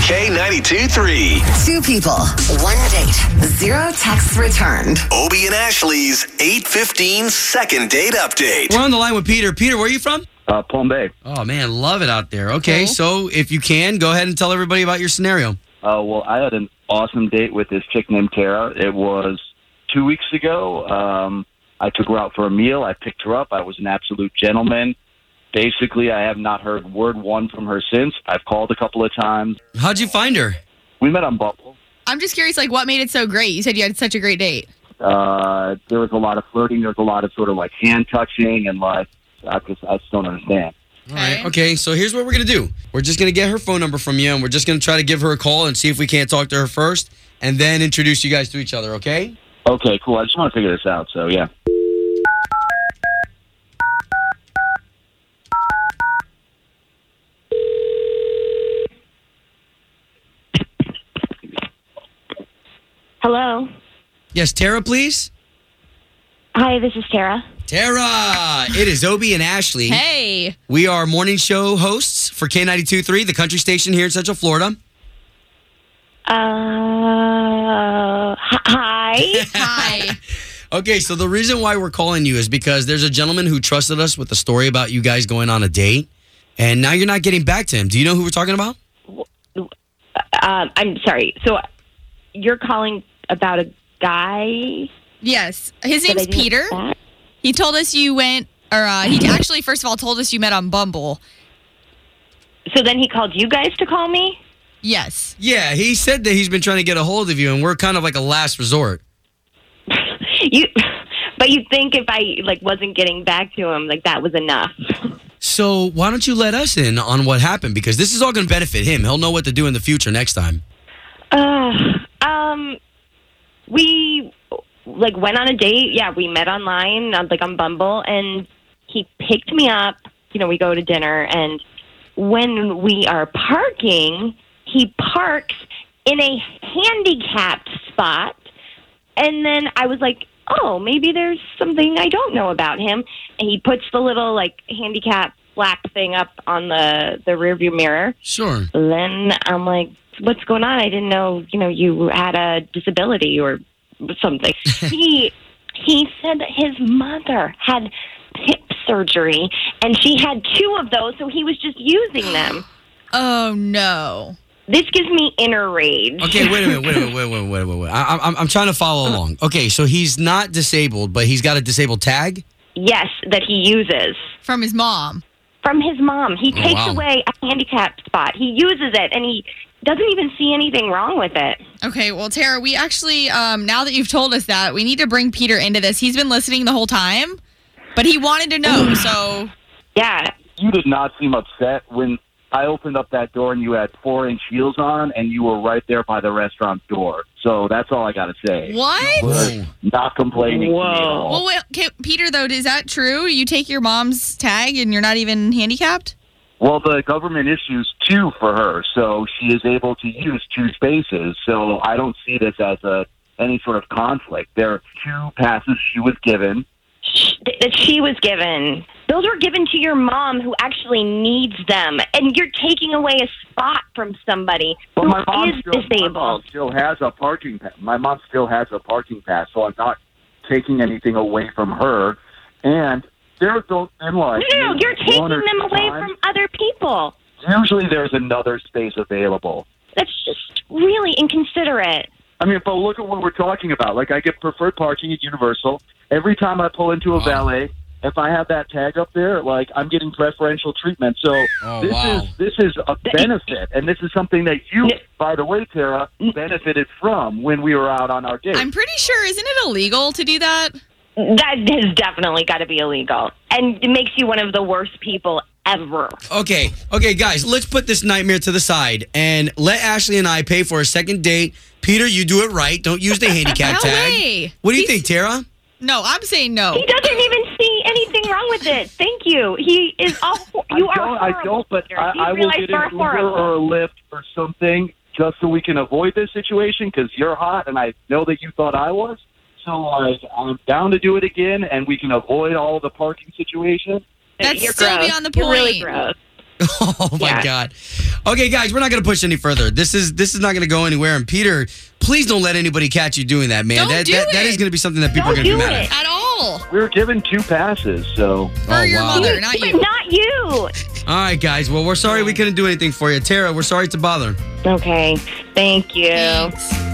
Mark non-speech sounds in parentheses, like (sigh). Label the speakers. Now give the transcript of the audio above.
Speaker 1: K92 3.
Speaker 2: Two people, one date, zero texts returned.
Speaker 1: Obie and Ashley's 815 second date update.
Speaker 3: We're on the line with Peter. Peter, where are you from?
Speaker 4: Uh, Palm Bay.
Speaker 3: Oh man, love it out there. Okay, so if you can, go ahead and tell everybody about your scenario.
Speaker 4: Uh, well, I had an awesome date with this chick named Tara. It was two weeks ago. Um, I took her out for a meal. I picked her up. I was an absolute gentleman. Basically, I have not heard word one from her since. I've called a couple of times.
Speaker 3: How'd you find her?
Speaker 4: We met on Bumble.
Speaker 5: I'm just curious, like, what made it so great? You said you had such a great date.
Speaker 4: Uh, there was a lot of flirting. There was a lot of sort of like hand touching and like I just I just don't understand.
Speaker 3: All right. Okay, so here's what we're gonna do. We're just gonna get her phone number from you, and we're just gonna try to give her a call and see if we can't talk to her first, and then introduce you guys to each other. Okay?
Speaker 4: Okay, cool. I just want to figure this out. So yeah.
Speaker 6: Hello.
Speaker 3: Yes, Tara, please.
Speaker 6: Hi, this is Tara.
Speaker 3: Tara, it is Obie and Ashley.
Speaker 5: Hey.
Speaker 3: We are morning show hosts for K92.3, the country station here in Central Florida.
Speaker 6: Uh, h-
Speaker 5: (laughs)
Speaker 6: hi.
Speaker 5: Hi.
Speaker 3: Okay, so the reason why we're calling you is because there's a gentleman who trusted us with a story about you guys going on a date, and now you're not getting back to him. Do you know who we're talking about?
Speaker 6: um, I'm sorry. So you're calling about a guy?
Speaker 5: yes. His
Speaker 6: that I
Speaker 5: name's
Speaker 6: didn't
Speaker 5: Peter.
Speaker 6: expect?
Speaker 5: He told us you went, or uh, he actually, first of all, told us you met on Bumble.
Speaker 6: So then he called you guys to call me? (laughs)
Speaker 5: Yes.
Speaker 3: Yeah, he said that he's been trying to get a hold of you, and we're kind of like a last resort.
Speaker 6: You, but you think if I like wasn't getting back to him, like that was enough?
Speaker 3: So why don't you let us in on what happened? Because this is all going to benefit him. He'll know what to do in the future next time.
Speaker 6: Uh, um, we like went on a date. Yeah, we met online, on, like on Bumble, and he picked me up. You know, we go to dinner, and when we are parking, he parks in a handicapped spot. And then I was like, oh, maybe there's something I don't know about him. And he puts the little like handicap flap thing up on the the rearview mirror,
Speaker 3: Sure.
Speaker 6: then I'm like, what's going on? I didn't know, you know, you had a disability or
Speaker 3: (laughs)
Speaker 6: something. he he said that his mother had hip surgery and she had two of those, so he was just using
Speaker 3: (gasps)
Speaker 6: them.
Speaker 5: Oh, no.
Speaker 6: This gives me inner rage.
Speaker 3: Okay, wait a minute, wait a minute, wait, wait, wait, wait, wait. I, I'm, I'm trying to follow along. Okay, so he's not disabled, but he's got a disabled tag.
Speaker 6: Yes, that he uses
Speaker 5: From his mom.
Speaker 6: from his mom. He
Speaker 3: Oh,
Speaker 6: takes
Speaker 3: wow.
Speaker 6: away a handicapped spot. He uses it and he doesn't even see anything wrong with it.
Speaker 5: Okay, well, Tara, we actually, um, now that you've told us that, we need to bring Peter into this. He's been listening the whole time, but he wanted to know, so.
Speaker 6: Yeah.
Speaker 4: You did not seem upset when I opened up that door and you had four inch heels on and you were right there by the restaurant door. So that's all I got to say.
Speaker 5: What?
Speaker 4: Not complaining. to me at
Speaker 6: Whoa.
Speaker 4: all.
Speaker 5: Well, wait, okay, Peter, though, is that true? You take your mom's tag and you're not even handicapped?
Speaker 4: Well, the government issues two for her, so she is able to use two spaces. So I don't see this as a any sort of conflict. There are two passes she was given.
Speaker 6: sh- that she was given. Those were given to your mom, who actually needs them, and you're taking away a spot from somebody
Speaker 4: But
Speaker 6: who
Speaker 4: my mom,
Speaker 6: is
Speaker 4: still, my mom
Speaker 6: disabled.
Speaker 4: still has a parking pass. My mom still has a parking pass, so I'm not taking anything away from her. And there's those in like
Speaker 6: No, no, no,
Speaker 4: maybe
Speaker 6: you're taking
Speaker 4: one or
Speaker 6: them
Speaker 4: two
Speaker 6: away
Speaker 4: times,
Speaker 6: from other people.
Speaker 4: Usually, there's another space available.
Speaker 6: That's just really inconsiderate.
Speaker 4: I mean, but look at what we're talking about. Like, I get preferred parking at Universal. Every time I pull into a
Speaker 3: Wow.
Speaker 4: valet, if I have that tag up there, like I'm getting preferential treatment. So
Speaker 3: Oh,
Speaker 4: this
Speaker 3: wow.
Speaker 4: is this is a benefit, and this is something that you,
Speaker 6: Yeah. Mm-hmm.
Speaker 4: by the way, Tara, benefited from when we were out on our date.
Speaker 5: I'm pretty sure, isn't it illegal to do that?
Speaker 6: That has definitely got to be illegal, and it makes you one of the worst people ever.
Speaker 3: Okay, okay, guys, let's put this nightmare to the side and let Ashley and I pay for a second date. Peter, you do it right. Don't use the handicap
Speaker 5: (laughs) No
Speaker 3: tag.
Speaker 5: way.
Speaker 3: What do you
Speaker 5: He's-
Speaker 3: think, Tara? (laughs)
Speaker 5: No, I'm saying no.
Speaker 6: He doesn't even see anything wrong with it. Thank you. He is all. You
Speaker 4: I
Speaker 6: are.
Speaker 4: don't, I
Speaker 6: horrible,
Speaker 4: don't, but
Speaker 6: Peter.
Speaker 4: I,
Speaker 6: You
Speaker 4: I will
Speaker 6: realize
Speaker 4: get
Speaker 6: you
Speaker 4: an
Speaker 6: are
Speaker 4: Uber
Speaker 6: horrible.
Speaker 4: or a Lyft or something just so we can avoid this situation because you're hot, and I know that you thought I was. So like, I'm down to do it again, and we can avoid all the parking situation.
Speaker 5: That's
Speaker 6: you're
Speaker 5: still
Speaker 6: gross.
Speaker 5: beyond the
Speaker 6: You're really
Speaker 5: point.
Speaker 6: gross.
Speaker 3: Oh my
Speaker 6: Yeah.
Speaker 3: god. Okay, guys, we're not gonna push any further. This is this is not gonna go anywhere. And Peter, please don't let anybody catch you doing that, man.
Speaker 5: Don't
Speaker 3: that
Speaker 5: do
Speaker 3: that, that
Speaker 5: it.
Speaker 3: is gonna be something that people
Speaker 6: Don't
Speaker 3: are gonna
Speaker 6: do
Speaker 3: be mad
Speaker 6: it.
Speaker 5: At all.
Speaker 4: We were given two passes, so
Speaker 5: For
Speaker 3: Oh,
Speaker 5: your
Speaker 3: wow.
Speaker 5: mother, not
Speaker 6: But
Speaker 5: you.
Speaker 6: Not you.
Speaker 3: at. All right, guys. Well, we're sorry we couldn't do anything for you. Tara, we're sorry to bother.
Speaker 6: Okay. Thank you.
Speaker 5: Thanks.